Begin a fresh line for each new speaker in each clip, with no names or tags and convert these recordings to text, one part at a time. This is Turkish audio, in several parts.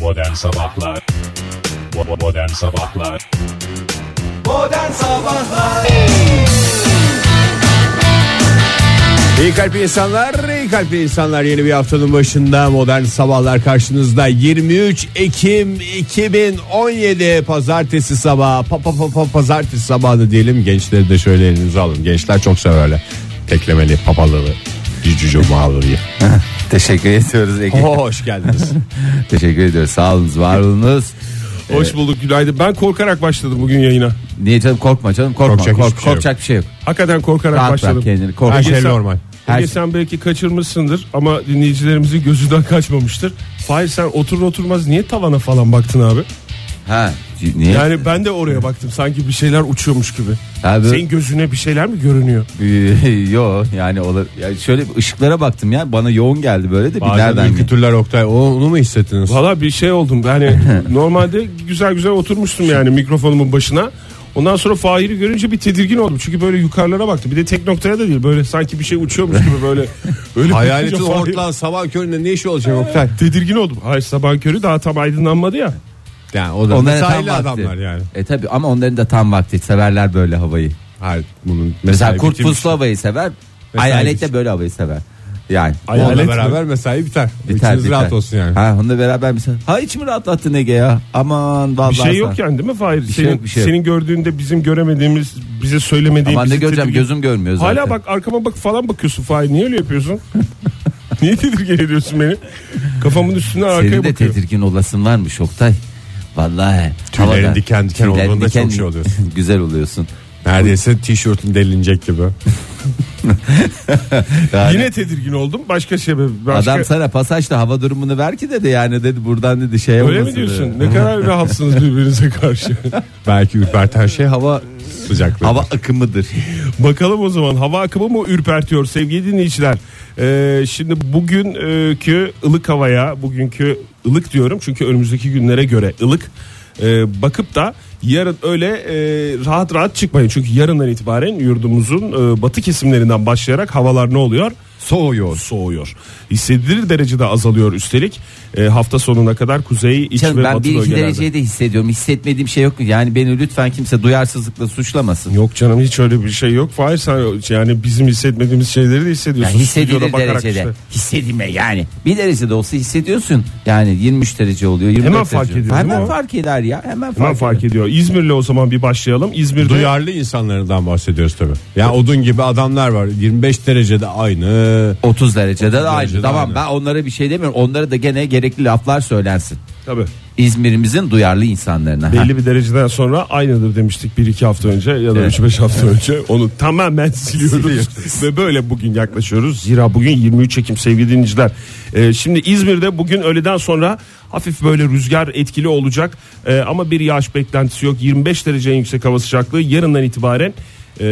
Modern Sabahlar Bo- Modern Sabahlar
Modern Sabahlar
İyi kalpli insanlar, iyi kalpli insanlar yeni bir haftanın başında modern sabahlar karşınızda 23 Ekim 2017 pazartesi sabahı pa, pa, pa, pa- pazartesi sabahı da diyelim gençleri de şöyle elinize alın gençler çok severler teklemeli papalılı cücücü mağlıyı
Teşekkür ediyoruz Ege.
hoş geldiniz
Teşekkür ediyoruz. Sağ olunuz, var olunuz.
Hoş bulduk günaydın. Ben korkarak başladım bugün yayına.
Niye canım korkma canım korkma.
Korkacak
Korkacak,
hiçbir şey yok.
korkacak bir şey yok.
Hakikaten korkarak
Rahat
başladım.
bırak kendini. Kork.
her
Ege
şey
sen-
normal
Her
Ege
şey-
sen belki kaçırmışsındır ama dinleyicilerimizin gözünden kaçmamıştır. Fahir sen oturur oturmaz niye tavana falan baktın abi?
Ha, niye?
Yani ben de oraya baktım sanki bir şeyler uçuyormuş gibi.
Abi-
Senin gözüne bir şeyler mi görünüyor?
Yo yani ola- ya şöyle bir ışıklara baktım ya bana yoğun geldi böyle de bir
bazen
nereden geldi?
ürkütürler Oktay O- onu mu hissettiniz
Valla bir şey oldum. Yani normalde güzel güzel oturmuştum yani mikrofonumun başına. Ondan sonra Fahir'i görünce bir tedirgin oldum. Çünkü böyle yukarılara baktı. Bir de tek noktaya da değil. Böyle sanki bir şey uçuyormuş gibi böyle. Öyle
hayaletin
şey
bakınca Fahir-
hortlan sabah köründe ne işi olacak Oktay
Tedirgin oldum. Hayır sabah körü daha tam aydınlanmadı ya.
yani o da
Onların
mesaili
tam vakti.
adamlar yani
E tabi ama onların da tam vakti severler böyle havayı.
Hayır, bunun
Mesela
mesai
kurt
bitirmiş.
puslu havayı sever.
Mesai
Hayalet
bitirmiş.
de böyle havayı sever. Yani.
Hayalet
Onunla
mi?
beraber mesai biter.
Biter,
İçiniz
biter.
rahat olsun yani.
Ha onunla beraber mesela. Ha hiç mi rahatlattın Ege ya? Aman vallahi.
Bir şey
sen-
yok yani değil mi Fahir?
şey
senin,
yok, bir şey yok.
senin gördüğünde bizim göremediğimiz, bize söylemediğimiz.
Aman ne göreceğim gözüm görmüyor zaten.
Hala bak arkama bak falan bakıyorsun Fahir. Niye öyle yapıyorsun? Niye tedirgin ediyorsun beni? Kafamın üstüne
Senin
arkaya
de
bakıyorum.
tedirgin olasın varmış Oktay. Vallahi.
Tüylerin
havada-
diken diken
Tüylerin
olduğunda çok şey oluyorsun.
güzel oluyorsun.
Neredeyse tişörtün delinecek gibi.
Yani
Yine tedirgin oldum. Başka sebep. Başka...
Adam sana pasajda hava durumunu ver ki dedi yani dedi buradan dedi şey
Öyle mi
olmasın dedi.
diyorsun? Ne kadar rahatsınız birbirinize karşı.
Belki ürperten şey hava sıcaklığı.
Hava akımıdır.
Bakalım o zaman hava akımı mı ürpertiyor sevgili dinleyiciler? Ee, şimdi bugünkü ılık havaya, bugünkü ılık diyorum çünkü önümüzdeki günlere göre ılık. Ee, bakıp da yarın öyle e, rahat rahat çıkmayın. Çünkü yarından itibaren yurdumuzun e, batı kesimlerinden başlayarak havalar ne oluyor? Soğuyor. Soğuyor. Hissedilir derecede azalıyor üstelik. E, hafta sonuna kadar kuzey, iç
Canım
ve
ben
batı
1-2
bölgelerde.
dereceyi de hissediyorum. Hissetmediğim şey yok. Yani beni lütfen kimse duyarsızlıkla suçlamasın.
Yok canım hiç öyle bir şey yok. Fahir sen yani bizim hissetmediğimiz şeyleri de
Ya
hissediyorsun.
hissedilir
Stüdyoda bakarak
derecede.
işte.
Hissedilme yani. Bir derecede olsa hissediyorsun. Yani 23 derece oluyor. 24
Hemen fark
derece.
ediyor, değil mi
Hemen
o?
fark eder ya. Hemen fark,
Hemen fark ediyor. İzmir'le o zaman bir başlayalım. İzmir'de
Duyarlı insanlardan bahsediyoruz tabii. Yani odun gibi adamlar var. 25 derecede aynı.
30 derecede de aynı.
derecede
tamam
aynı.
ben onlara bir şey demiyorum. Onlara da gene gerekli laflar söylensin.
tabii
İzmir'imizin duyarlı insanlarına. Ha.
belli bir dereceden sonra aynıdır demiştik 1-2 hafta önce ya da
Evet.
3-5 hafta önce. Onu tamamen siliyoruz ve böyle bugün yaklaşıyoruz. Zira bugün 23 Ekim sevgili dinleyiciler. Ee, şimdi İzmir'de bugün öğleden sonra hafif böyle rüzgar etkili olacak Ee, ama bir yağış beklentisi yok. 25 derece en yüksek hava sıcaklığı yarından itibaren ee,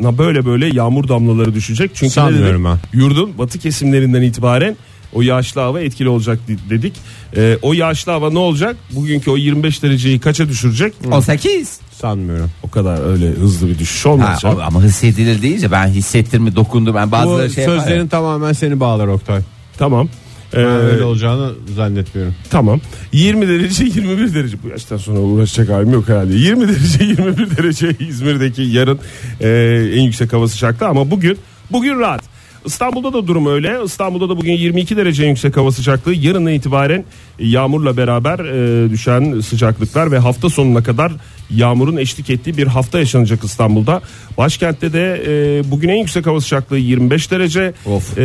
na böyle böyle yağmur damlaları düşecek. Çünkü ne dedik?
Sanmıyorum ha.
yurdun batı kesimlerinden itibaren o yağışlı hava etkili olacak de- dedik. Ee, o yağışlı hava ne olacak? Bugünkü o 25 dereceyi kaça düşürecek?
18.
Sanmıyorum.
O kadar öyle hızlı bir düşüş
Ha,
olmayacak.
o- ama hissedilir deyince ben hissettirme dokundu ben
Bu
bazıları şey yapar ya.
sözlerin tamamen seni bağlar Oktay.
tamam. Ee,
Ben öyle olacağını zannetmiyorum.
tamam. 20 derece 21 derece bu yaştan sonra uğraşacak halim yok herhalde. 20 derece 21 derece İzmir'deki yarın e, en yüksek hava sıcaklığı ama bugün bugün rahat. İstanbul'da da durum öyle. İstanbul'da da bugün 22 derece en yüksek hava sıcaklığı. Yarından itibaren yağmurla beraber e, düşen sıcaklıklar ve hafta sonuna kadar yağmurun eşlik ettiği bir hafta yaşanacak İstanbul'da. Başkentte de e, bugün en yüksek hava sıcaklığı 25 derece.
Of.
E,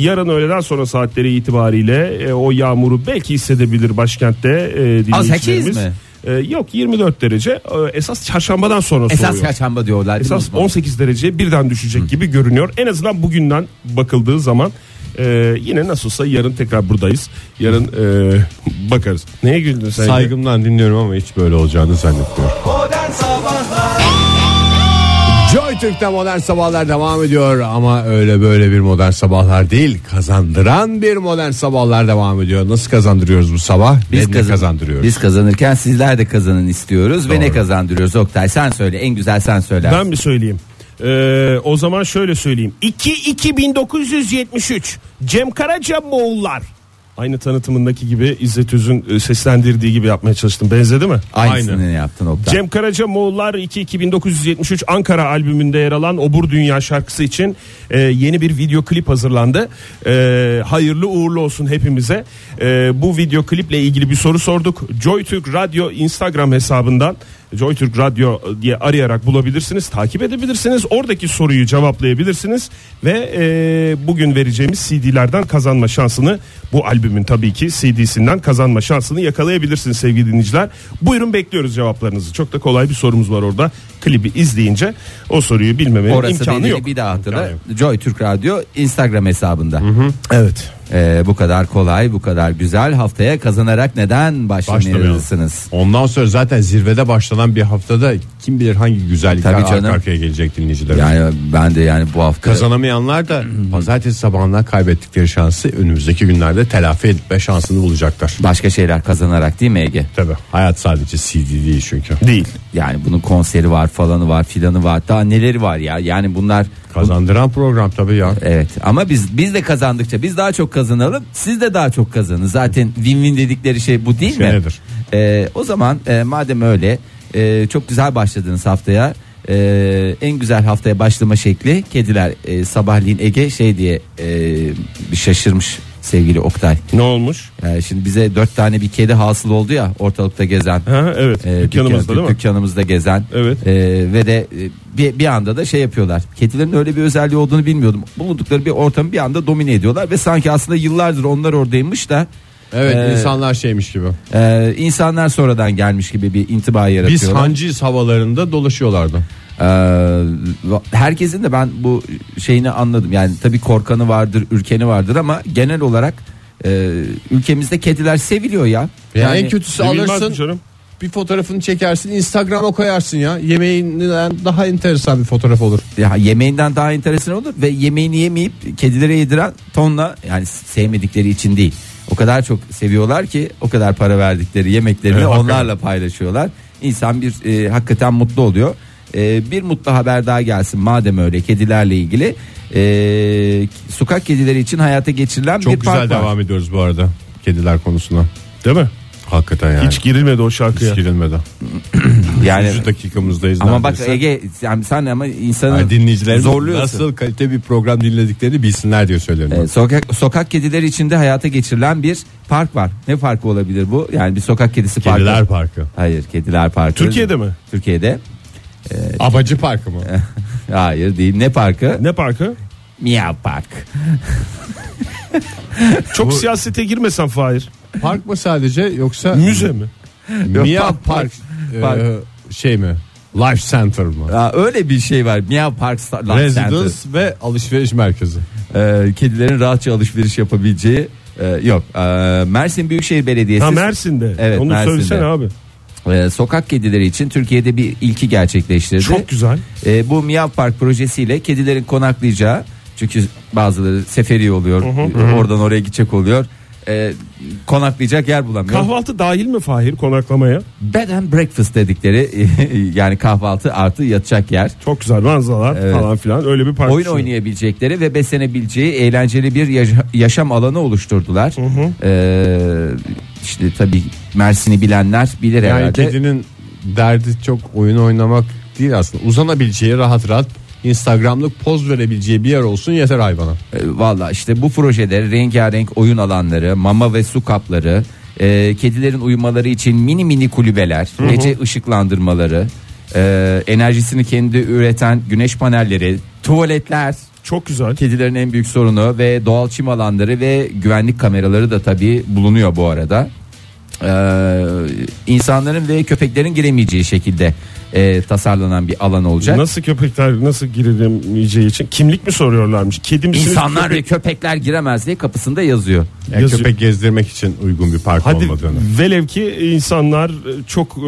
yarın öğleden sonra saatleri itibariyle e, o yağmuru belki hissedebilir başkentte e, dinleyicilerimiz.
mi?
E, yok 24 derece. E, esas çarşambadan sonra
Esas
soğuyor.
kaçamba diyorlar. değil mi
Esas
Osman?
18 derece birden düşecek gibi görünüyor. En azından bugünden bakıldığı zaman e, yine nasılsa yarın tekrar buradayız. Yarın e, bakarız. Neye güldün sen?
Saygımdan dinliyorum ama hiç böyle olacağını zannetmiyorum.
Modern Sabahlar.
Joy Türk'te modern sabahlar devam ediyor ama öyle böyle bir modern sabahlar değil. Kazandıran bir modern sabahlar devam ediyor. Nasıl kazandırıyoruz bu sabah?
Biz
Biz
kazan-
kazandırıyoruz.
Biz kazanırken sizler de kazanın istiyoruz ve ne kazandırıyoruz Oktay sen söyle en güzel sen söyle.
Ben mi söyleyeyim? E, o zaman şöyle söyleyeyim. 2 2 1973 Cem Karaca Moğollar. Aynı tanıtımındaki gibi İzzet Üz'ün e, seslendirdiği gibi yapmaya çalıştım. Benzedi mi?
Aynısını yaptın Oktay.
Cem Karaca Moğollar 2 1973 Ankara albümünde yer alan Obur Dünya şarkısı için e, yeni bir video klip hazırlandı. E, hayırlı uğurlu olsun hepimize. E, bu video kliple ilgili bir soru sorduk. JoyTürk Radyo Instagram hesabından JoyTürk Radyo diye arayarak bulabilirsiniz, takip edebilirsiniz. Oradaki soruyu cevaplayabilirsiniz ve e, bugün vereceğimiz CD'lerden kazanma şansını bu albümün tabii ki CD'sinden kazanma şansını yakalayabilirsiniz sevgili dinleyiciler. Buyurun bekliyoruz cevaplarınızı. Çok da kolay bir sorumuz var orada. Klibi izleyince o soruyu bilmemenin
Orası
imkanı
belirli
yok.
bir daha hatırla.
İmkanı yok.
Joy Türk Radyo Instagram hesabında.
Evet.
Ee, bu kadar kolay, bu kadar güzel. Haftaya kazanarak neden başlamayasınız?
Ondan sonra zaten zirvede başlanan bir haftada kim bilir hangi güzellikler
Tabii
arka
canım.
arkaya gelecek dinleyiciler.
Yani ben de yani bu hafta
Kazanamayanlar da pazartesi sabahından kaybettikleri şansı önümüzdeki günlerde telafi etme şansını bulacaklar.
başka şeyler kazanarak değil mi Ege?
Tabii. Hayat sadece CD değil çünkü.
Değil.
Yani bunun konseri var falanı var filanı var. Daha neleri var ya? Yani bunlar
Kazandıran program tabii ya.
Evet ama biz biz de kazandıkça biz daha çok kazanalım siz de daha çok kazanın zaten win-win dedikleri şey bu değil mi?
Senedir.
Ee, o zaman e, madem öyle e, çok güzel başladınız haftaya E, en güzel haftaya başlama şekli kediler e, sabahleyin Ege şey diye e, bir şaşırmış sevgili Oktay.
Ne olmuş?
E, şimdi bize dört tane bir kedi hasıl oldu ya ortalıkta gezen.
Ha, evet.
E,
Dükkanımızda
dükkan-
değil mi?
Dükkanımızda gezen.
Evet.
E, ve de e, bir, bir anda da şey yapıyorlar. Kedilerin öyle bir özelliği olduğunu bilmiyordum. Bulundukları bir ortamı bir anda domine ediyorlar ve sanki aslında yıllardır onlar oradaymış da
Evet
Ee,
insanlar şeymiş gibi.
e, insanlar sonradan gelmiş gibi bir intiba
Biz
yaratıyorlar.
hancıyız havalarında dolaşıyorlardı.
Ee, herkesin de ben bu şeyini anladım. Yani tabii korkanı vardır, ürkeni vardır ama genel olarak e, ülkemizde kediler seviliyor ya.
Yani, en kötüsü
Sevilmez mi
alırsın
canım?
bir şey. fotoğrafını çekersin Instagram'a koyarsın ya. Yemeğinden daha enteresan bir fotoğraf olur.
ya yemeğinden daha enteresan olur ve yemeğini yemeyip kedilere yediren tonla yani sevmedikleri için değil. O kadar çok seviyorlar ki o kadar para verdikleri yemeklerini
Evet, hakikaten.
onlarla paylaşıyorlar. İnsan bir e, hakikaten mutlu oluyor. E, bir mutlu haber daha gelsin madem öyle kedilerle ilgili. E, sokak kedileri için hayata geçirilen
Çok
bir park
güzel
var.
devam ediyoruz bu arada kediler konusuna.
Değil mi?
Hakikaten yani.
Hiç girilmedi o şarkıya.
Hiç girilmedi.
Yani
3. dakikamızdayız.
Hani- ama bak
neredeyse.
Ege sen, sen ama insanı
Yani dinleyicilerimiz
zorluyorsun.
nasıl kalite bir program dinlediklerini bilsinler diye söylüyorum.
Ee, sokak sokak kedileri içinde hayata geçirilen bir park var. Ne parkı olabilir bu? Yani bir sokak kedisi parkı.
Kediler Parkı.
Hayır, kediler parkı.
Türkiye'de mi?
Türkiye'de.
Abacı Parkı mı?
Hayır değil. Ne parkı?
Ne parkı?
Miyav Park.
Çok siyasete girmesen Fahir.
Park mı sadece yoksa
Müze mi?
Mia
Yok, park,
Park, e,
park.
şey mi? Life Center mı?
Aa, öyle bir şey var. Miyav Park Sta- Land
Residence ve alışveriş merkezi.
Center. Ee, kedilerin rahatça alışveriş yapabileceği e, yok. Ee, Mersin Büyükşehir Belediyesi
Ha Mersin'de.
E, Evet,
Onu
Mersin'de.
söylesene abi.
e, sokak kedileri için Türkiye'de bir ilki gerçekleştirdi.
Çok güzel.
E, bu Miyav Park projesiyle kedilerin konaklayacağı çünkü bazıları seferi oluyor e, oradan oraya gidecek oluyor E, konaklayacak yer bulamıyor.
Kahvaltı dahil mi Fahir konaklamaya?
Bed and breakfast dedikleri yani kahvaltı artı yatacak yer.
Çok güzel manzaralar
Evet.
falan filan öyle bir şey park.
Oyun
düşünün.
oynayabilecekleri ve beslenebileceği eğlenceli bir yaşa- yaşam alanı oluşturdular. Ee, işte tabii Mersin'i bilenler bilir
Yani
herhalde.
kedinin derdi çok oyun oynamak değil aslında. Uzanabileceği rahat rahat Instagram'lık poz verebileceği bir yer olsun yeter hayvana.
E, Valla işte bu projeler rengarenk oyun alanları, mama ve su kapları, e, kedilerin uyumaları için mini mini kulübeler, gece ışıklandırmaları, e, enerjisini kendi üreten güneş panelleri, tuvaletler.
Çok güzel.
Kedilerin en büyük sorunu ve doğal çim alanları ve güvenlik kameraları da tabii bulunuyor bu arada. Ee, insanların ve köpeklerin giremeyeceği şekilde e, tasarlanan bir alan olacak.
Nasıl köpekler nasıl girilmeyeceği için kimlik mi soruyorlarmış? Kedi misiniz?
İnsanlar ve
köpek-
köpekler giremez diye kapısında yazıyor.
Yani
Yazıyor.
köpek gezdirmek için uygun bir park
Hadi
olmadığını.
velev ki insanlar e, çok e,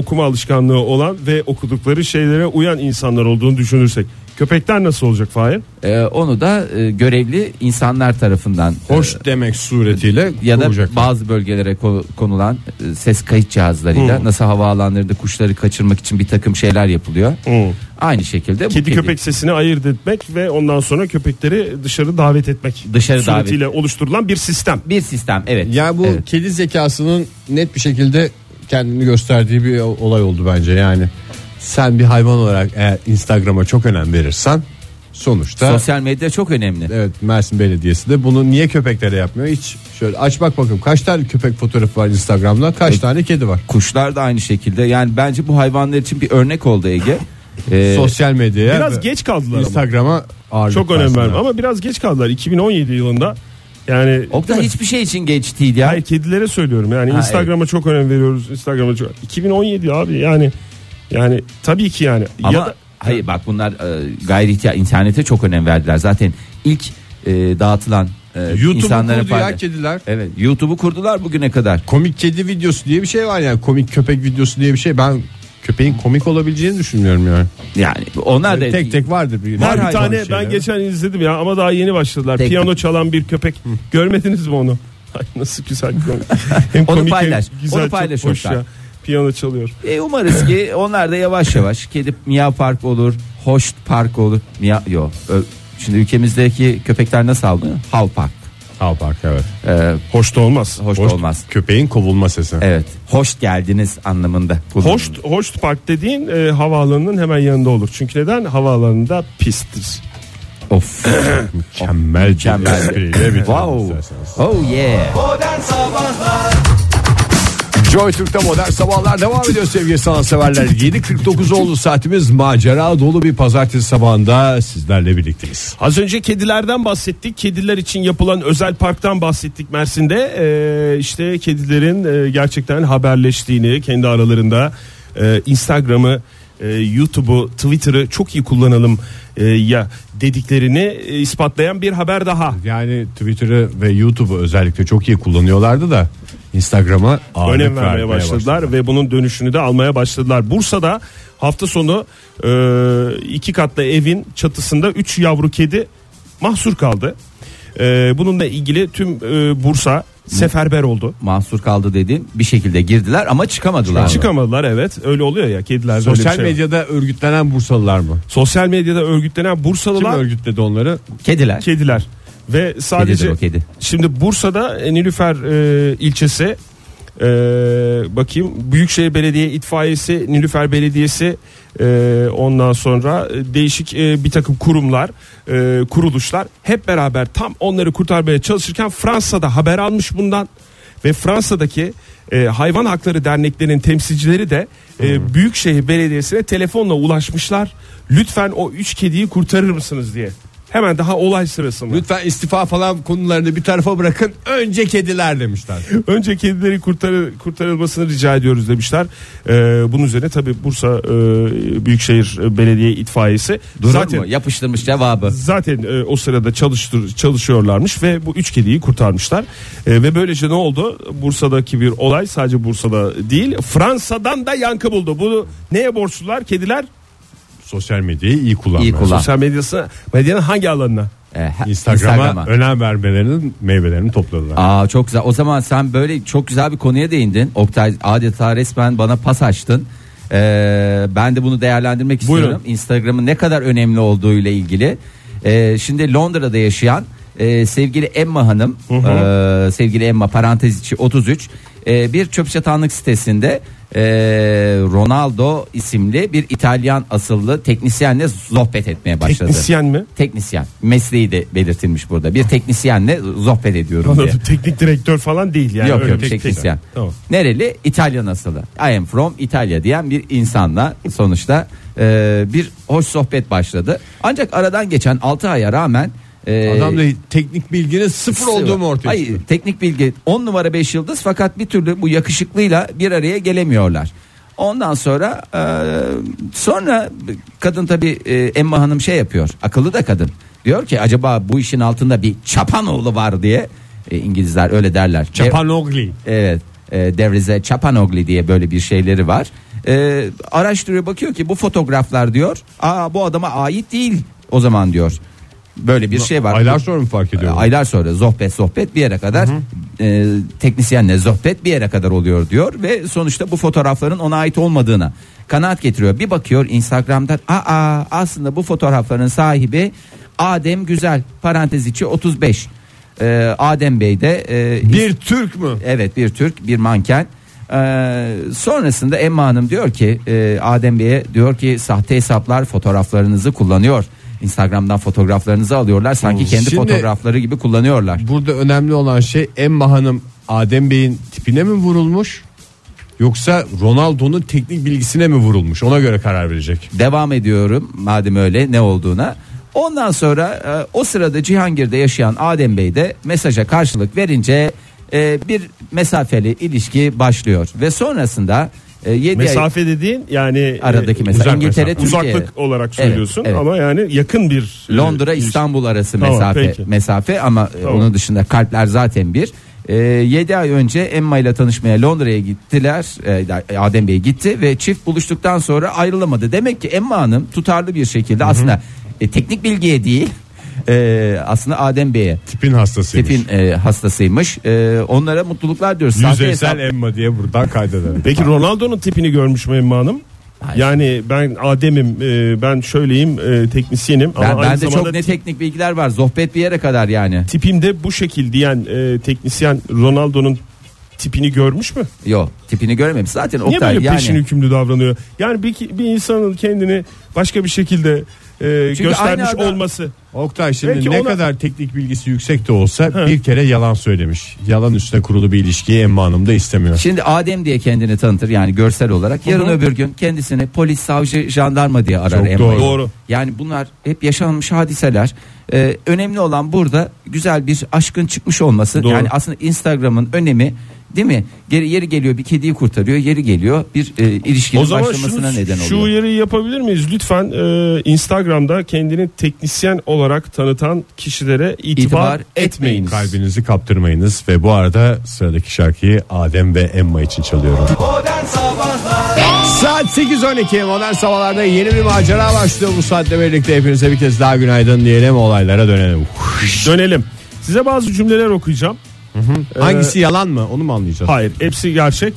okuma alışkanlığı olan ve okudukları şeylere uyan insanlar olduğunu düşünürsek Köpekler nasıl olacak Fahir?
Ee, onu da e, görevli insanlar tarafından
Hoş demek suretiyle
e, ya da
olacak.
bazı bölgelere ko- konulan e, ses kayıt cihazlarıyla nasıl havaalanlarında kuşları kaçırmak için bir takım şeyler yapılıyor.
Hı.
Aynı şekilde bu
Kedi, köpek sesini ayırt etmek ve ondan sonra köpekleri dışarı davet etmek.
Dışarı davet.
suretiyle oluşturulan bir sistem.
bir sistem evet.
Ya bu
Evet.
kedi zekasının net bir şekilde kendini gösterdiği bir olay oldu bence yani. Sen bir hayvan olarak eğer Instagram'a çok önem verirsen sonuçta
sosyal medya çok önemli.
evet Mersin Belediyesi de bunu niye köpeklere yapmıyor hiç. Şöyle aç bak bakayım kaç tane köpek fotoğrafı var Instagram'da kaç
E,
tane kedi var.
Kuşlar da aynı şekilde. Yani bence bu hayvanlar için bir örnek oldu Ege. Ee,
Sosyal medyaya
Biraz
ve
geç kaldılar ama.
Instagram'a ağırlık
Çok önem
versinler.
vermem ama biraz geç kaldılar. 2017 yılında yani
Oktay
Değil mi?
hiçbir şey için geç değil ya.
Hayır kedilere söylüyorum yani
Ha,
Instagram'a çok önem veriyoruz. Instagram'a çok. 2017 abi yani yani tabii ki yani
Ama
ya da
hayır bak bunlar e, gayri ihtiyar internete çok önem verdiler. Zaten ilk e, dağıtılan e,
YouTube'u
insanlara
kurdu ya
paylaş-
kediler.
Evet, YouTube'u kurdular bugüne kadar.
Komik kedi videosu diye bir şey var yani komik köpek videosu diye bir şey ben köpeğin komik olabileceğini düşünmüyorum yani.
Yani onlar da
Tek tek vardır bir.
Var bir
hayvan
tane
şeyleri.
ben geçen izledim ya ama daha yeni başladılar.
Tek-
Piyano çalan bir köpek. Görmediniz mi onu? Ay nasıl güzel komik. Hem
Onu
komik hem
paylaş.
güzel,
Onu
çok
paylaş
hoş
Oktay.
ya. Piyano çalıyor.
E, umarız ki onlar da yavaş yavaş kedi Mia Park olur, Hoşt Park olur. Mia yok. Ö- Şimdi ülkemizdeki köpekler nasıl alınıyor? Hav Park.
Al park evet.
Ee,
Hoş da olmaz.
hoş,
Hoş-
olmaz.
Köpeğin kovulma sesi.
Evet. Hoş geldiniz anlamında. kullanılıyor.
Hoş Hoş Park dediğin e, havaalanının hemen yanında olur. Çünkü neden? Havaalanında pisttir.
Of.
Mükemmel
Mükemmel. wow. Oh yeah.
Joy Türk'te modern sabahlar devam ediyor sevgili sanatseverler. 7.49 oldu saatimiz macera dolu bir pazartesi sabahında sizlerle birlikteyiz.
Az önce kedilerden bahsettik. Kediler için yapılan özel parktan bahsettik Mersin'de. Ee, işte kedilerin e, gerçekten haberleştiğini kendi aralarında e, Instagram'ı, e, YouTube'u, Twitter'ı çok iyi kullanalım e, ya dediklerini e, ispatlayan bir haber daha.
Yani Twitter'ı ve YouTube'u özellikle çok iyi kullanıyorlardı da Instagram'a ağırlık
önem vermeye
vermeye
başladılar ve bunun dönüşünü de almaya başladılar. Bursa'da hafta sonu e, iki katlı evin çatısında 3 yavru kedi mahsur kaldı. E, bununla ilgili tüm e, Bursa seferber oldu.
Mahsur kaldı dediğim bir şekilde girdiler ama çıkamadılar. mı?
Çıkamadılar evet öyle oluyor ya kedilerde öyle bir
Sosyal
şey var.
medyada örgütlenen Bursalılar mı?
Sosyal medyada örgütlenen
Kim
Bursalılar
örgütledi onları?
Kediler.
kediler ve sadece
Kedidir o kedi.
Şimdi Bursa'da Nilüfer e, ilçesi e, bakayım Büyükşehir Belediye İtfaiyesi, Nilüfer Belediyesi e, ondan sonra e, değişik e, bir takım kurumlar, e, kuruluşlar hep beraber tam onları kurtarmaya çalışırken Fransa'da haber almış bundan ve Fransa'daki e, hayvan hakları derneklerinin temsilcileri de e, Büyükşehir Belediyesi'ne telefonla ulaşmışlar. Lütfen o üç kediyi kurtarır mısınız diye. Hemen daha olay sırasında.
Lütfen istifa falan konularını bir tarafa bırakın. Önce kediler demişler.
Önce kedileri kurtarı- kurtarılmasını rica ediyoruz demişler. Ee, bunun üzerine tabi Bursa e, Büyükşehir e, Belediye İtfaiyesi
Durur
zaten
mu? Yapıştırmış cevabı.
zaten e, o sırada çalıştır çalışıyorlarmış ve bu üç kediyi kurtarmışlar. E, ve böylece ne oldu? Bursa'daki bir olay sadece Bursa'da değil, Fransa'dan da yankı buldu. Bu neye borçlular? Kediler
Sosyal medyayı iyi kullanmaya.
İyi kullan- Ulan.
sosyal medyasına, medyanın hangi alanına?
Ee, ha-
Instagram'a, önem vermelerinin meyvelerini topladılar.
Aa çok güzel. O zaman sen böyle çok güzel bir konuya değindin. Oktay adeta resmen bana pas açtın. Ee, ben de bunu değerlendirmek
Buyurun.
istiyorum. Instagram'ın ne kadar önemli olduğu ile ilgili. Ee, şimdi Londra'da yaşayan e, sevgili Emma Hanım, e, sevgili Emma parantez içi 33 e, bir çöp çatanlık sitesinde e, Ronaldo isimli bir İtalyan asıllı teknisyenle sohbet etmeye başladı.
Teknisyen mi?
Teknisyen. Mesleği de belirtilmiş burada. Bir teknisyenle sohbet ediyorum diye.
Anladım. Teknik direktör falan değil yani.
Yok
Öyle
yok
tek- tek-
teknisyen.
Tamam.
Nereli? İtalyan asılı. I am from İtalya diyen bir insanla sonuçta e, bir hoş sohbet başladı. Ancak aradan geçen 6 aya rağmen e,
Adam da teknik bilginin sıfır olduğum ortaya
Hayır,
çıktı.
teknik bilgi 10 numara 5 yıldız fakat bir türlü bu yakışıklıyla bir araya gelemiyorlar. Ondan sonra e, sonra kadın tabi Emma Hanım şey yapıyor. Akıllı da kadın. Diyor ki acaba bu işin altında bir Çapanoğlu var diye. E, İngilizler öyle derler.
Çapanogli.
Evet. E, Devrize Çapanogli diye böyle bir şeyleri var. E, E, araştırıyor bakıyor ki bu fotoğraflar diyor. Aa bu adama ait değil o zaman diyor. Böyle bir şey var.
Aylar sonra mı fark ediyor?
Aylar sonra sohbet sohbet bir yere kadar e, teknisyenle sohbet bir yere kadar oluyor diyor ve sonuçta bu fotoğrafların ona ait olmadığına kanaat getiriyor. Bir bakıyor Instagram'dan aa aslında bu fotoğrafların sahibi Adem Güzel parantez içi 35. E, Adem Bey de e,
Bir Türk mü?
Evet bir Türk bir manken. Ee, sonrasında Emma Hanım diyor ki e, Adem Bey'e diyor ki sahte hesaplar fotoğraflarınızı kullanıyor. Instagram'dan fotoğraflarınızı alıyorlar sanki kendi
Şimdi-
fotoğrafları gibi kullanıyorlar.
Burada önemli olan şey Emma Hanım Adem Bey'in tipine mi vurulmuş? Yoksa Ronaldo'nun teknik bilgisine mi vurulmuş? Ona göre karar verecek.
Devam ediyorum madem öyle ne olduğuna. Ondan sonra e, o sırada Cihangir'de yaşayan Adem Bey de mesaja karşılık verince e, bir mesafeli ilişki başlıyor. Ve sonrasında e, 7
Mesafe dediğin yani
Aradaki
e,
mesafe.
uzak
İngiltere,
mesafe.
Türkiye.
uzaklık olarak
Evet,
söylüyorsun
evet.
ama yani yakın bir e,
Londra
ilişki.
İstanbul arası
Tamam,
mesafe
peki.
mesafe ama e,
Tamam.
onun dışında kalpler zaten bir. 7 ay önce Emma ile tanışmaya Londra'ya gittiler. E, Adem Bey gitti ve çift buluştuktan sonra ayrılamadı. Demek ki Emma Hanım tutarlı bir şekilde aslında e, teknik bilgiye değil e, aslında Adem Bey'e
Tipin hastasıymış.
tipin e, hastasıymış. E, onlara mutluluklar diyoruz. Sahte
Yüzeysel
hesap-
Emma diye buradan kaydedelim.
Peki Ronaldo'nun tipini görmüş mü Emma Hanım?
Hayır.
Yani ben Adem'im, e, ben şöyleyim, e, teknisyenim
Ben,
ama aynı
bende çok
zamanda
ne teknik bilgiler var. Zohbet bir yere kadar yani.
tipimde bu şekil diyen e, teknisyen Ronaldo'nun tipini görmüş mü?
Yok tipini görememiş. Zaten
Niye
Oktay
böyle
yani.
peşin hükümlü davranıyor? Yani bir, bir insanın kendini başka bir şekilde e,
Çünkü aynı
göstermiş
adam-
olması.
Oktay şimdi
Belki
ne
ona-
kadar teknik bilgisi yüksek de olsa bir kere yalan söylemiş. Yalan üstüne kurulu bir ilişkiyi Emma Hanım da istemiyor.
Şimdi Adem diye kendini tanıtır yani görsel olarak. Yarın öbür gün kendisini polis, savcı, jandarma diye arar.
Çok
Emre.
doğru.
Doğru.
Yani bunlar hep yaşanmış hadiseler. Ee, önemli olan burada güzel bir aşkın çıkmış olması.
Doğru.
Yani aslında Instagram'ın önemi değil mi? Geri yeri geliyor bir kediyi kurtarıyor, yeri geliyor bir e, ilişkinin
O zaman
başlamasına
şunu,
neden oluyor.
şu uyarıyı yapabilir miyiz? Lütfen e, Instagram'da kendini teknisyen olarak tanıtan kişilere itibar,
İtibar
etmeyin.
etmeyiniz.
Kalbinizi kaptırmayınız ve bu arada sıradaki şarkıyı Adem ve Emma için çalıyorum.
Saat 8.12 modern sabahlarda yeni bir macera başlıyor bu saatte birlikte hepinize bir kez daha günaydın diyelim olaylara dönelim.
Dönelim. Size bazı cümleler okuyacağım.
Hangisi yalan mı onu mu anlayacağız?
Hayır, hepsi gerçek.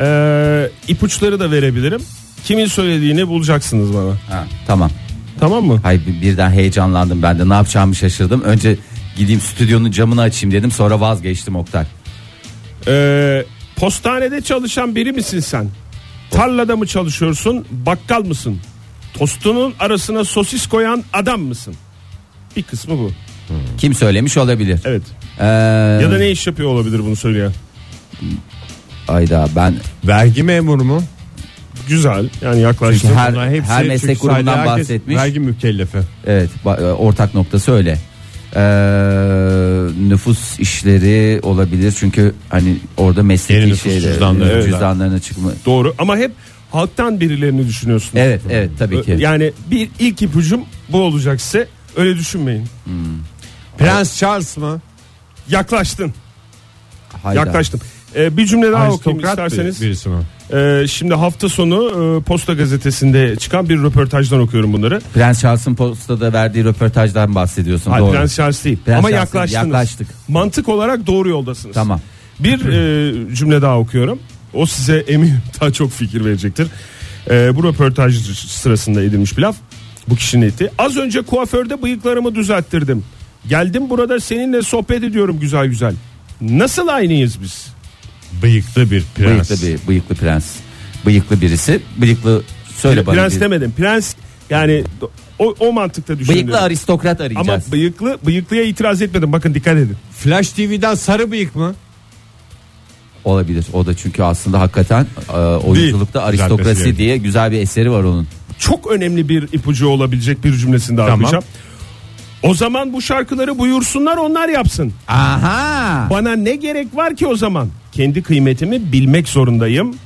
E, ipuçları da verebilirim. Kimin söylediğini bulacaksınız bana.
Ha, tamam.
Tamam mı?
Hayır bir- birden heyecanlandım ben de ne yapacağımı şaşırdım. Önce gideyim stüdyonun camını açayım dedim sonra vazgeçtim Oktay.
E, postanede çalışan biri misin sen? Tarlada mı çalışıyorsun? Bakkal mısın? Tostunun arasına sosis koyan adam mısın? Bir kısmı bu.
Kim söylemiş olabilir?
Evet.
Ee,
Ya da ne iş yapıyor olabilir bunu söyleyen?
Ayda ben
Vergi memuru mu?
Güzel. Yani yaklaştı.
Çünkü her-
Bunlar hepsi
her meslek
çünkü sayılı
grubundan
herkes
bahsetmiş.
Vergi mükellefi.
evet ba- e, ortak noktası öyle. Ee, nüfus işleri olabilir çünkü hani orada
Yeni
mesleki
nüfus
şeyler
cüzdanları, evet.
cüzdanlarına çıkma.
Doğru ama hep halktan birilerini düşünüyorsun.
Evet evet tabii ki.
Yani bir ilk ipucum bu olacak size. Öyle düşünmeyin.
Prens Charles mı?
Yaklaştın.
Hayda.
Yaklaştım. Ee, bir cümle daha okuyayım
Aristokrat
isterseniz.
bir- birisi mi?
Ee, şimdi hafta sonu e, Posta Gazetesi'nde çıkan bir röportajdan okuyorum bunları.
Prens Charles'ın postada verdiği röportajdan bahsediyorsun
Hayır,
doğru.
Prens Charles değil.
Prens
ama
Charles değil,
yaklaştınız.
yaklaştık.
Mantık olarak doğru yoldasınız.
Tamam.
Bir e, cümle daha okuyorum. O size eminim daha çok fikir verecektir. E, bu röportaj sırasında edilmiş bir laf. Bu kişinin eti. Az önce kuaförde bıyıklarımı düzelttirdim. Geldim burada seninle sohbet ediyorum güzel güzel. Nasıl aynıyız biz?
Bıyıklı bir prens.
Bıyıklı bir bıyıklı prens. Bıyıklı birisi. Bıyıklı söyle bana.
prens
bir-
demedim. Prens yani o, o mantıkta düşündüm.
Bıyıklı aristokrat arayacağız.
Ama bıyıklı bıyıklıya itiraz etmedim. Bakın dikkat edin.
Flash TV'den sarı bıyık mı?
Olabilir. O da çünkü aslında hakikaten e, oyunculukta
Düzeltmesi
aristokrasi
gerek.
diye güzel bir eseri var onun.
Çok önemli bir ipucu olabilecek bir cümlesini daha
Tamam.
okuyacağım. O zaman bu şarkıları buyursunlar onlar yapsın.
Aha.
Bana ne gerek var ki o zaman? Kendi kıymetimi bilmek zorundayım. Bir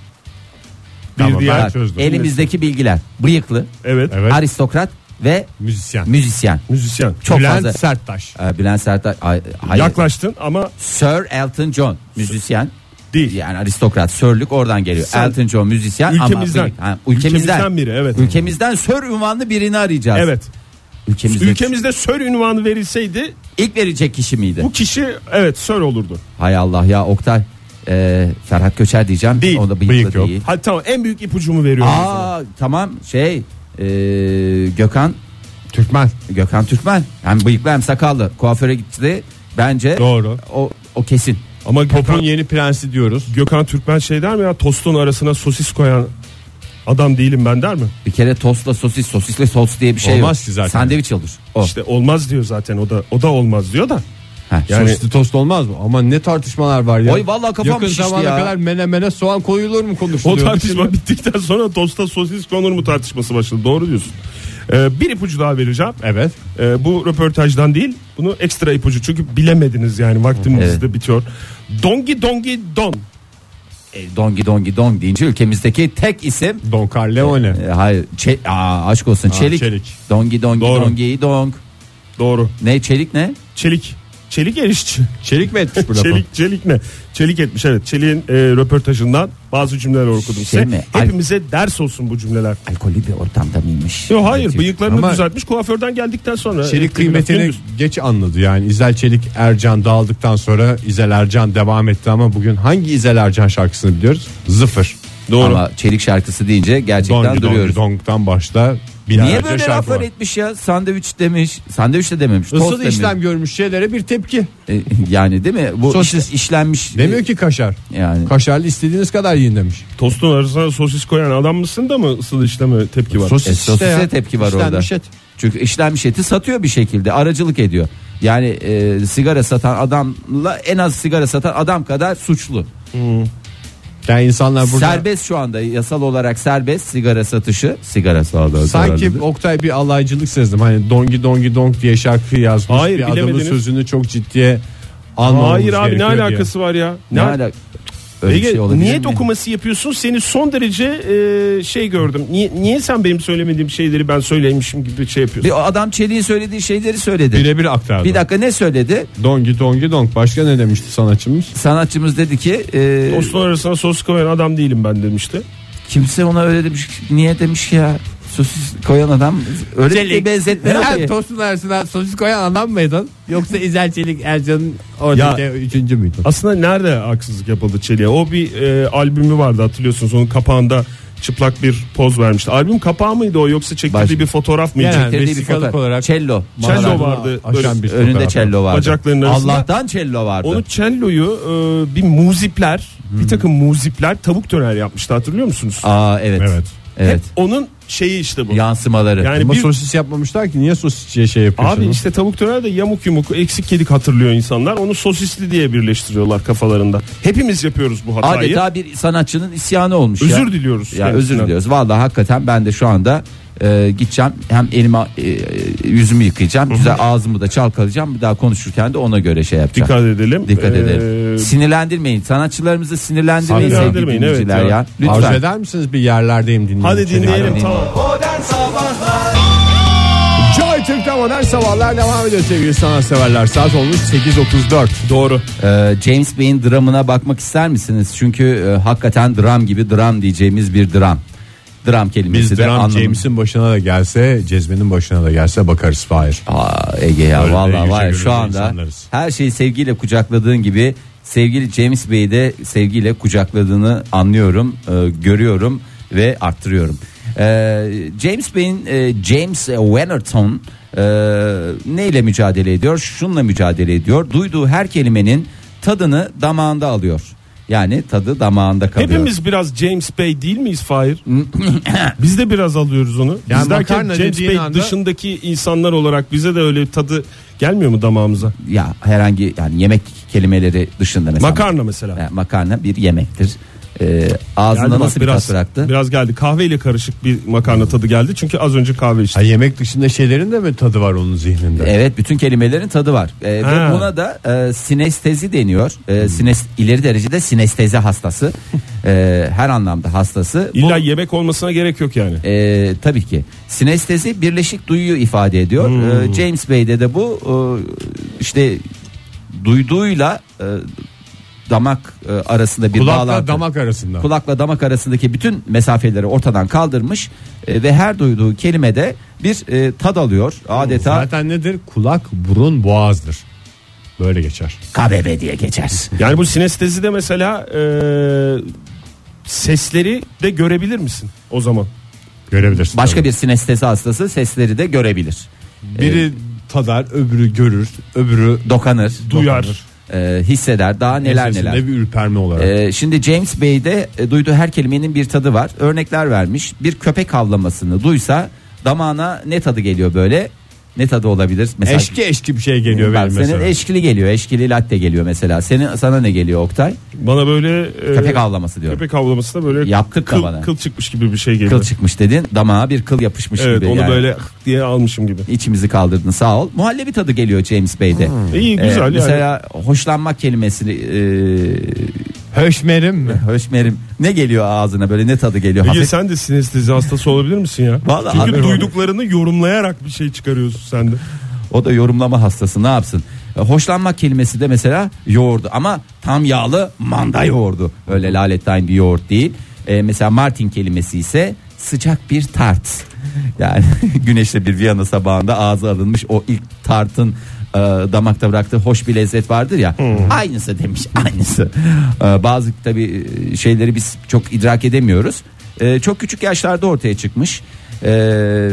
Tamam,
diğer
ben-
Bak,
çözdüm.
elimizdeki bilgiler. Bıyıklı,
evet,
Evet.
aristokrat ve
Müzisyen.
müzisyen.
müzisyen.
Çok
Bülent
fazla.
Serttaş.
Ee, Bülent Serttaş. ay- Hayır.
Yaklaştın ama
Sir Elton John müzisyen.
Değil.
Yani aristokrat, sörlük oradan geliyor.
Sen-
Elton John müzisyen
Ülkemizden.
ama Ha, ülkemizden.
Ülkemizden biri, evet.
Ülkemizden sör ünvanlı birini arayacağız.
Evet.
Ülkemizde
Ülkemizde sör ünvanı verilseydi
ilk verecek kişi miydi?
bu kişi evet sör olurdu.
Hay Allah ya Oktay. Ee, Ferhat Köçer diyeceğim.
Değil,
O da bıyıklı
bıyık yok.
değil.
Hadi tamam en büyük ipucumu veriyorum. sana.
Aa tamam şey ee, Gökhan
Türkmen.
Gökhan Türkmen hem bıyıklı hem sakallı kuaföre gitti bence
Doğru.
o o kesin
Ama Gökhan,
Pop'un yeni prensi diyoruz.
Gökhan Türkmen şey der mi ya tostun arasına sosis koyan adam değilim ben der mi?
bir kere tostla sosis sosisle sos diye bir şey
Olmaz
yok.
ki zaten.
sandviç olur o
İşte olmaz diyor zaten o da o da olmaz diyor da.
Heh.
Yani
Sosisli tost olmaz mı? Ama ne tartışmalar var ya.
Oy vallahi kafam
Yakın
şişti
zamana
ya.
kadar menemene soğan koyulur mu
o
konuşuluyor.
tartışma bittikten sonra tosta sosis konur mu tartışması başladı. Doğru diyorsun. Ee, bir ipucu daha vereceğim.
Evet.
Ee, bu röportajdan değil bunu ekstra ipucu çünkü bilemediniz yani vaktimiz
Evet.
de bitiyor. Dongi dongi don.
E, dongi dongi dong deyince ülkemizdeki tek isim
Don Corleone.
e, hayır çe- Aa, aşk olsun çelik.
Çelik.
dongi dongi
Doğru.
dongi dong
Doğru.
ne çelik ne
Çelik. Çelik erişçi.
Çelik mi etmiş bu lafı?
Çelik çelik ne? Çelik etmiş evet. Çelik'in e, röportajından bazı cümleler okudum size.
mi?
Hepimize ders olsun bu cümleler.
alkolü bir ortamda mıymış
Yok hayır bıyıklarını
Ama-
düzeltmiş kuaförden geldikten sonra.
Çelik
Evet,
kıymetini
dümdüz.
geç anladı yani İzel Çelik Ercan dağıldıktan sonra İzel Ercan devam etti ama bugün hangi İzel Ercan şarkısını biliyoruz? Zıfır.
Doğru.
ama çelik şarkısı deyince gerçekten
Dongi dongi
duruyoruz
dong'dan başta binlerce
niye böyle
şarkı
laflar
var.
etmiş ya sandviç demiş sandviç de dememiş tost
Isıl
demiş.
işlem görmüş şeylere bir tepki.
E, yani değil mi bu
Sosis.
iş- işlenmiş e,
Demiyor ki kaşar.
yani
Kaşarlı istediğiniz kadar yiyin demiş.
Tostun arasına sosis koyan adam mısın da mı ısıl işleme tepki var?
Sosis
E,
işte
sosise
ya.
tepki var
İşlenmiş
orada.
et.
Çünkü işlenmiş eti satıyor bir şekilde aracılık ediyor. Yani e, sigara satan adamla en az sigara satan adam kadar suçlu.
Yani insanlar burada
Serbest şu anda yasal olarak serbest sigara satışı. Sigara sağlığı.
sanki
zararlıdır.
Oktay bir alaycılık sezdim. Hani dongi dongi dong diye şarkı yazmış
Hayır,
bir adamın
bilemediniz.
sözünü çok ciddiye almamamız
Hayır abi ne
gerekiyor diye.
alakası var ya?
ne alaka? Öyle bir
Ege,
şey olabilir
niyet
mi?
okuması yapıyorsun seni son derece e, şey gördüm. Niye, niye sen benim söylemediğim şeyleri ben söylemişim gibi şey yapıyorsun?
Bir adam Çelik'in söylediği şeyleri söyledi.
Birebir aktardı.
bir dakika ne söyledi?
Dongi dongi dong. Başka ne demişti sanatçımız?
Sanatçımız dedi ki e,
Tostun arasına sosis koyan adam değilim ben demişti.
kimse ona öyle demiş. Niye demiş ki ya? Sosis koyan adam öyle bir benzetme yok ki.
tostun arasına sosis koyan adam mıydın? Yoksa İzel Çelik Ercan'ın oradaki üçüncü müydün?
Aslında nerede haksızlık yapıldı Çelik'e? O bir e, albümü vardı hatırlıyorsunuz. Onun kapağında çıplak bir poz vermişti. Albüm kapağı mıydı o yoksa çektirdiği
Baş-
bir fotoğraf mıydı?
Genel-
Çektirdiği bir
vesikalık
fotoğraf.
olarak-
Cello.
Cello
Mağaranın
vardı.
Aşan bir
Önünde
fotoğraf.
cello vardı.
Bacaklarının arasında.
Allah'tan cello vardı.
Onu celloyu e, bir muzipler, bir takım muzipler tavuk döner yapmıştı hatırlıyor musunuz?
Hmm. Aa evet. Evet.
Evet.
Hep onun şeyi işte bu.
Yansımaları.
Yani
Ama
bir-
sosis yapmamışlar ki niye sosisçiye şey
Abi
yapıyorsunuz?
işte tavuk döner de yamuk yumuk eksik kedik hatırlıyor insanlar. Onu sosisli diye birleştiriyorlar kafalarında. Hepimiz yapıyoruz bu hatayı.
Adeta bir sanatçının isyanı olmuş ya.
özür diliyoruz.
Ya
kendisinden.
özür diliyoruz. Vallahi hakikaten ben de şu anda e, gideceğim hem elimi e, yüzümü yıkayacağım. Güzel ağzımı da çalkalayacağım. Bir daha konuşurken de ona göre şey yapacağım.
Dikkat edelim.
Dikkat
Ee,
edelim. Sinirlendirmeyin. Sanatçılarımızı sinirlendirmeyin sevgili
Sinirlendirmeyin, evet
dinleyiciler
ya.
ya.
Arzu
Lütfen.
eder misiniz bir yerlerdeyim dinleyin.
Hadi
Çelik.
dinleyelim
Hadi
tamam.
Joy Türk'te modern sabahlar devam ediyor sevgili sanatseverler. Saat olmuş 8.34.
Doğru.
Ee, James Bay'in dramına bakmak ister misiniz? Çünkü e, hakikaten dram gibi dram diyeceğimiz bir dram. Dram kelimesi
Biz
de
dram
anlamı-
James'in başına da gelse Cezme'nin başına da gelse bakarız Fahir.
Aa, Ege ya
Öyle
vallahi
yüce
var ya,
gönüllü
şu anda
insanlarız.
her şeyi sevgiyle kucakladığın gibi sevgili James Bey'i de sevgiyle kucakladığını anlıyorum, e, görüyorum ve arttırıyorum. Ee, James Bey'in e, James Wennerton e, neyle mücadele ediyor? Şunla mücadele ediyor. Duyduğu her kelimenin tadını damağında alıyor. Yani tadı damağında kalıyor.
Hepimiz biraz James Bay değil miyiz Fahir?
Hmm.
Biz de biraz alıyoruz onu.
Yani
Biz derken
makarna
James
dediğin
Bay
anda-
dışındaki insanlar olarak bize de öyle tadı gelmiyor mu damağımıza?
ya herhangi yani yemek kelimeleri dışında mesela
Makarna mesela.
Yani makarna bir yemektir. Ee, ağzına
Geldi bak,
nasıl bir tat bıraktı?
Biraz geldi. Kahveyle karışık bir makarna tadı geldi. Çünkü az önce kahve içtik.
Ha, yemek dışında şeylerin de mi tadı var onun zihninde?
Evet bütün kelimelerin tadı var. Ee, ve
Ha.
buna da e, sinestezi deniyor. Ee, sines, ileri derecede sinestezi hastası. Ee, her anlamda hastası. Bu-
İlla yemek olmasına gerek yok yani.
Ee, tabii ki. Sinestezi birleşik duyuyu ifade ediyor.
Hmm.
Ee, James Bey'de de bu e, işte duyduğuyla e, damak e, arasında bir
Kulakla
bağlantı.
damak arasında.
kulakla damak arasındaki bütün mesafeleri ortadan kaldırmış e, ve her duyduğu kelimede bir e, tad alıyor. Adeta
Zaten nedir? Kulak, burun, boğazdır. Böyle geçer.
KBB diye geçer.
Yani bu sinestezi de mesela e, sesleri de görebilir misin o zaman?
Görebilirsin.
Başka
tabii.
bir sinestezi hastası sesleri de görebilir.
biri tadar, öbürü görür, öbürü
Dokanır,
Duyar.
e, hisseder daha neler
sesinde
neler.
bir ürperme olarak.
Ee, şimdi James Bey'de e, duyduğu her kelimenin bir tadı var. Örnekler vermiş. Bir köpek havlamasını duysa damağına ne tadı geliyor böyle? Ne tadı olabilir? Mesela
eşki eşki bir şey geliyor
Bak,
benim
senin
mesela.
eşkili geliyor. Eşkili latte geliyor mesela. Senin sana ne geliyor Oktay?
Bana böyle e,
Köpek havlaması diyorum.
köpek havlaması da böyle
Yaptık da
kıl,
bana.
kıl çıkmış gibi bir şey geliyor.
Kıl çıkmış dedin. Damağa bir kıl yapışmış
evet
gibi.
onu
yani.
böyle hık diye almışım gibi.
içimizi kaldırdın sağ ol. Muhallebi tadı geliyor James Bey'de. Ee,
İyi Hmm. E, güzel yani.
mesela hoşlanmak kelimesini e,
Höşmerim mi?
hoşmerim ne geliyor ağzına böyle ne tadı geliyor?
Ege
Hafif-
sen de sinestezi hastası olabilir misin ya?
Vallahi
Çünkü
abi-
duyduklarını yorumlayarak bir şey çıkarıyorsun sen de.
O da yorumlama hastası ne yapsın? E, Hoşlanmak kelimesi de mesela yoğurdu ama tam yağlı manda yoğurdu. Öyle lalettayn bir yoğurt değil. E, mesela Martin kelimesi ise sıcak bir tart. Yani güneşli bir Viyana sabahında ağza alınmış o ilk tartın e, damakta bıraktığı hoş bir lezzet vardır ya. Aynısı demiş aynısı. E, bazı tabi şeyleri biz çok idrak edemiyoruz. E, çok küçük yaşlarda ortaya çıkmış. Ee,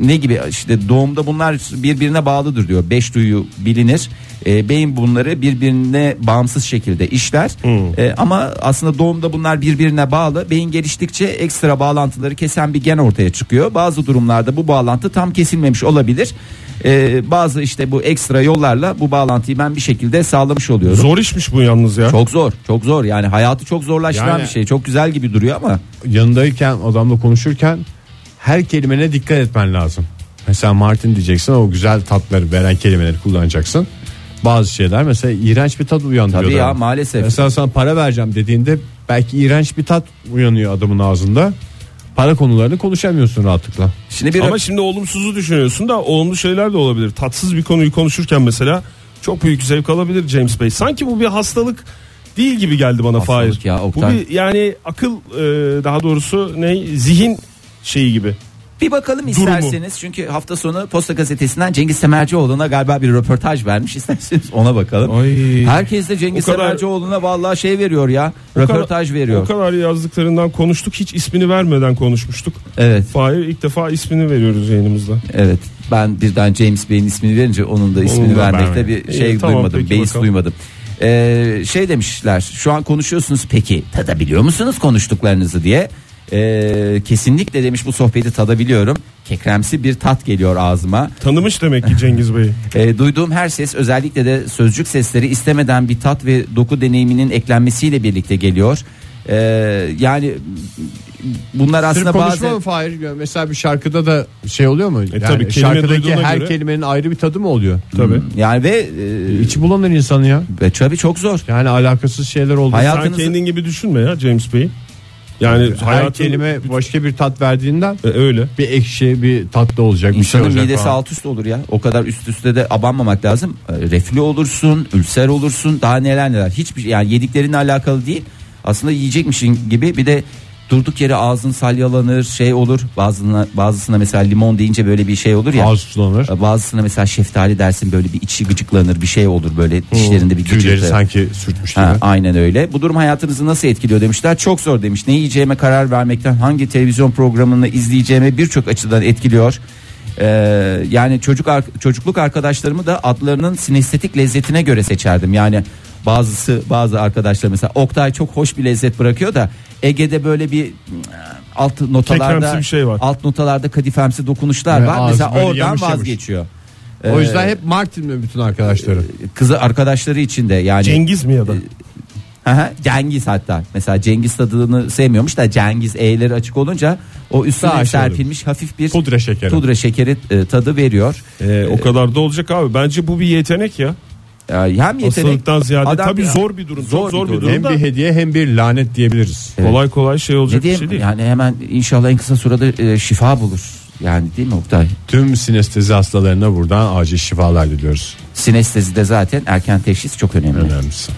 ne gibi işte doğumda bunlar birbirine bağlıdır diyor. Beş duyu bilinir. Ee, beyin bunları birbirine bağımsız şekilde işler.
Hmm.
Ee, ama aslında doğumda bunlar birbirine bağlı. Beyin geliştikçe ekstra bağlantıları kesen bir gen ortaya çıkıyor. Bazı durumlarda bu bağlantı tam kesilmemiş olabilir. Ee, bazı işte bu ekstra yollarla bu bağlantıyı ben bir şekilde sağlamış oluyorum.
Zor işmiş bu yalnız ya.
Çok zor, çok zor. Yani hayatı çok zorlaştıran
Yani-
bir şey. Çok güzel gibi duruyor ama
Yanındayken adamla konuşurken her kelimene dikkat etmen lazım. Mesela Martin diyeceksin o güzel tatları veren kelimeleri kullanacaksın. Bazı şeyler mesela iğrenç bir tat uyandırıyor.
Tabii ya,
adamı.
maalesef.
Mesela sana para vereceğim dediğinde belki iğrenç bir tat uyanıyor adamın ağzında. Para konularını konuşamıyorsun rahatlıkla.
şimdi bir
Ama şimdi olumsuzu düşünüyorsun da olumlu şeyler de olabilir. Tatsız bir konuyu konuşurken mesela çok büyük zevk alabilir James Bey. Sanki bu bir hastalık değil gibi geldi bana
Hastalık
Fahir.
ya,
bu
Oktay.
bir yani akıl e, daha doğrusu ne zihin şeyi gibi.
Bir bakalım
Durumu.
isterseniz çünkü hafta sonu Posta Gazetesi'nden Cengiz Semercioğlu'na galiba bir röportaj vermiş isterseniz ona bakalım. Herkes de Cengiz
O kadar-
Semercioğlu'na vallahi şey veriyor ya
O kadar-
röportaj veriyor.
O kadar yazdıklarından konuştuk hiç ismini vermeden konuşmuştuk.
Evet
Fahir ilk defa ismini veriyoruz yayınımızda.
evet ben birden James Bey'in ismini verince onun da ismini
Onun da
vermekte
vermiyor.
bir şey
İyi, tamam,
duymadım
peki
beis
bakalım.
duymadım. Ee, şey demişler şu an konuşuyorsunuz peki tadabiliyor musunuz konuştuklarınızı diye. Ee, kesinlikle demiş bu sohbeti tadabiliyorum. Kekremsi bir tat geliyor ağzıma.
Tanımış demek ki Cengiz Bey'i.
E, duyduğum her ses özellikle de sözcük sesleri istemeden bir tat ve doku deneyiminin eklenmesiyle birlikte geliyor. E, yani bunlar aslında
Sırf konuşma
bazen
mı Fahir? Mesela bir şarkıda da şey oluyor mu? yani
E tabii, kelime
şarkıdaki
duyduğuna
her
göre-
kelimenin ayrı bir tadı mı oluyor? Hmm.
Tabii.
yani ve e,
İçi bulanır insanı ya.
ve tabii çok zor.
Yani alakasız şeyler oldu.
Hayat-
Sen
Hayatınızı-
kendin gibi düşünme ya James Bey'i. Yani
her
hayatın-
kelime başka bir tat verdiğinden
E, öyle.
bir ekşi bir tatlı olacak bir şey
İnsanın
olacak.
midesi
falan.
alt üst olur ya. O kadar üst üste de abanmamak lazım. E, Reflü olursun, ülser olursun, daha neler neler. Hiçbir şey, yani yediklerinle alakalı değil. Aslında yiyecekmişin gibi bir de durduk yere ağzın salyalanır, şey olur. Bazına bazısına mesela limon deyince böyle bir şey olur ya.
Ağız sulanır.
E, Bazısına mesela şeftali dersin böyle bir içi gıcıklanır bir şey olur böyle dişlerinde bir
Hmm. Tüyleri
gıcırtı.
sanki sürtmüş gibi.
Ha, aynen öyle. Bu durum hayatınızı nasıl etkiliyor demişler. Çok zor demiş. Ne yiyeceğime karar vermekten hangi televizyon programını izleyeceğime birçok açıdan etkiliyor. Ee, yani çocuk ar- çocukluk arkadaşlarımı da adlarının sinestetik lezzetine göre seçerdim. Yani bazısı bazı arkadaşlar mesela Oktay çok hoş bir lezzet bırakıyor da Ege'de böyle bir mm, alt notalarda
Kekremsi bir şey var.
alt notalarda kadifemsi dokunuşlar
Ve
var.
ağzı
Mesela
böyle
oradan
yamış yamış.
vazgeçiyor.
O
Ee,
yüzden hep Martin mi bütün arkadaşları?
Kızı arkadaşları için de yani
Cengiz mi
E,
ya da?
Hı hı, Cengiz hatta mesela Cengiz tadını sevmiyormuş da Cengiz E'leri açık olunca o üstüne
Daha şey
serpilmiş hafif bir
Pudra şekeri.
pudra şekeri e, tadı veriyor.
E, o kadar da olacak abi. Bence bu bir yetenek ya.
E, hem yetenek
Hastalıktan ziyade
Adam
tabii
ya-
zor bir durum.
Zor
çok zor
bir
bir
durum.
durum.
Ee, Hem bir hediye hem bir lanet diyebiliriz.
Kolay kolay şey
ne
olacak bir
diyeyim
şey değil.
yani hemen inşallah en kısa sürede e, şifa bulur. Yani değil mi Oktay?
Tüm sinestezi hastalarına buradan acil şifalar diliyoruz.
Sinestezide zaten erken teşhis çok önemli.
Önemlisi.